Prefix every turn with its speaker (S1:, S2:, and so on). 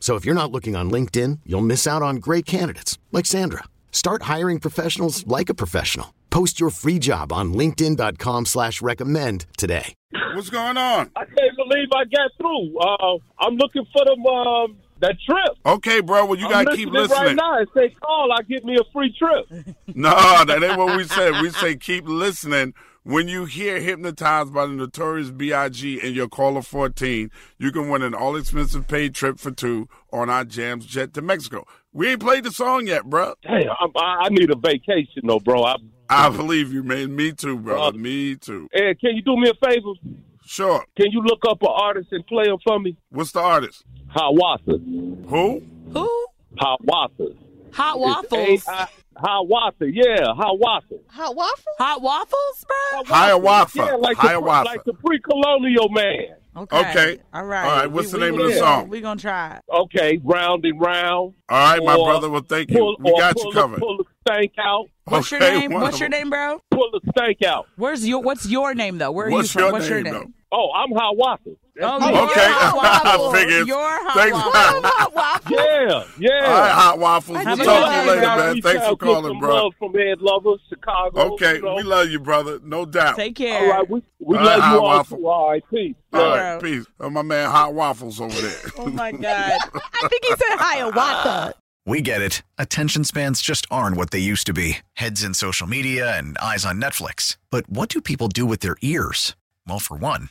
S1: So if you're not looking on LinkedIn, you'll miss out on great candidates like Sandra. Start hiring professionals like a professional. Post your free job on LinkedIn.com slash recommend today.
S2: What's going on?
S3: I can't believe I got through. Uh, I'm looking for them um, that trip.
S2: Okay, bro. Well, you
S3: I'm
S2: gotta keep
S3: right
S2: listening.
S3: now. It say call, I get me a free trip.
S2: no, that ain't what we said. We say keep listening. When you hear hypnotized by the notorious B.I.G. and your caller 14, you can win an all-expensive paid trip for two on our Jams jet to Mexico. We ain't played the song yet, bro.
S3: Damn, I'm, I, I need a vacation though, bro. I,
S2: I believe you, man. Me too, brother. Me too.
S3: Ed, can you do me a favor?
S2: Sure.
S3: Can you look up an artist and play him for me?
S2: What's the artist?
S3: Hiawatha.
S2: Who?
S4: Who?
S3: Hiawatha.
S4: Hot waffles.
S3: It's A- I- Hiawatha. Yeah, Hiawatha.
S5: Hot waffle?
S4: Hot waffles, bro?
S2: Hiawatha.
S3: Yeah, like the, pre-
S2: Hiawatha.
S3: like the pre-colonial man.
S4: Okay.
S2: Okay.
S4: All right.
S2: All right, what's the name of the
S4: gonna-
S2: song?
S4: We gonna try. it.
S3: Okay, round and round.
S2: All right, my
S3: Or
S2: brother. Well, thank you.
S3: Pull,
S2: We
S3: or
S2: got
S3: pull
S2: you
S3: a-
S2: covered.
S3: Pull the stank out.
S4: What's your
S2: Okay,
S4: name? What's your
S2: wonderful.
S4: name, bro?
S3: Pull the stank out.
S4: Where's your What's your name though? Where are
S2: What's
S4: you from?
S2: your
S4: what's
S2: name,
S4: your name?
S3: Oh, I'm Hiawatha.
S4: Oh,
S5: Oh,
S4: you're
S2: Okay,
S4: hot
S2: I
S4: waffles.
S2: figured.
S4: You're hot
S2: Thanks.
S4: waffles.
S5: Hot waffle?
S3: Yeah, yeah.
S2: All right, Hot Waffles.
S4: Have
S2: We'll
S4: a good
S2: talk to you
S4: day,
S2: later,
S4: bro.
S2: man. Thanks for calling, bro.
S3: From Ed Lover, Chicago.
S2: Okay,
S3: you know.
S2: we love you, brother. No doubt.
S4: Take
S3: All
S4: care.
S3: right, we, we
S2: All
S3: love
S2: right,
S3: you
S2: Hot
S3: all.
S2: Waffle.
S3: Too. All right, peace.
S2: All right,
S4: Bro.
S2: peace. Oh, my man, Hot Waffles over there.
S4: Oh my god.
S5: I think he said Hiawatha.
S6: We get it. Attention spans just aren't what they used to be heads in social media and eyes on Netflix. But what do people do with their ears? Well, for one,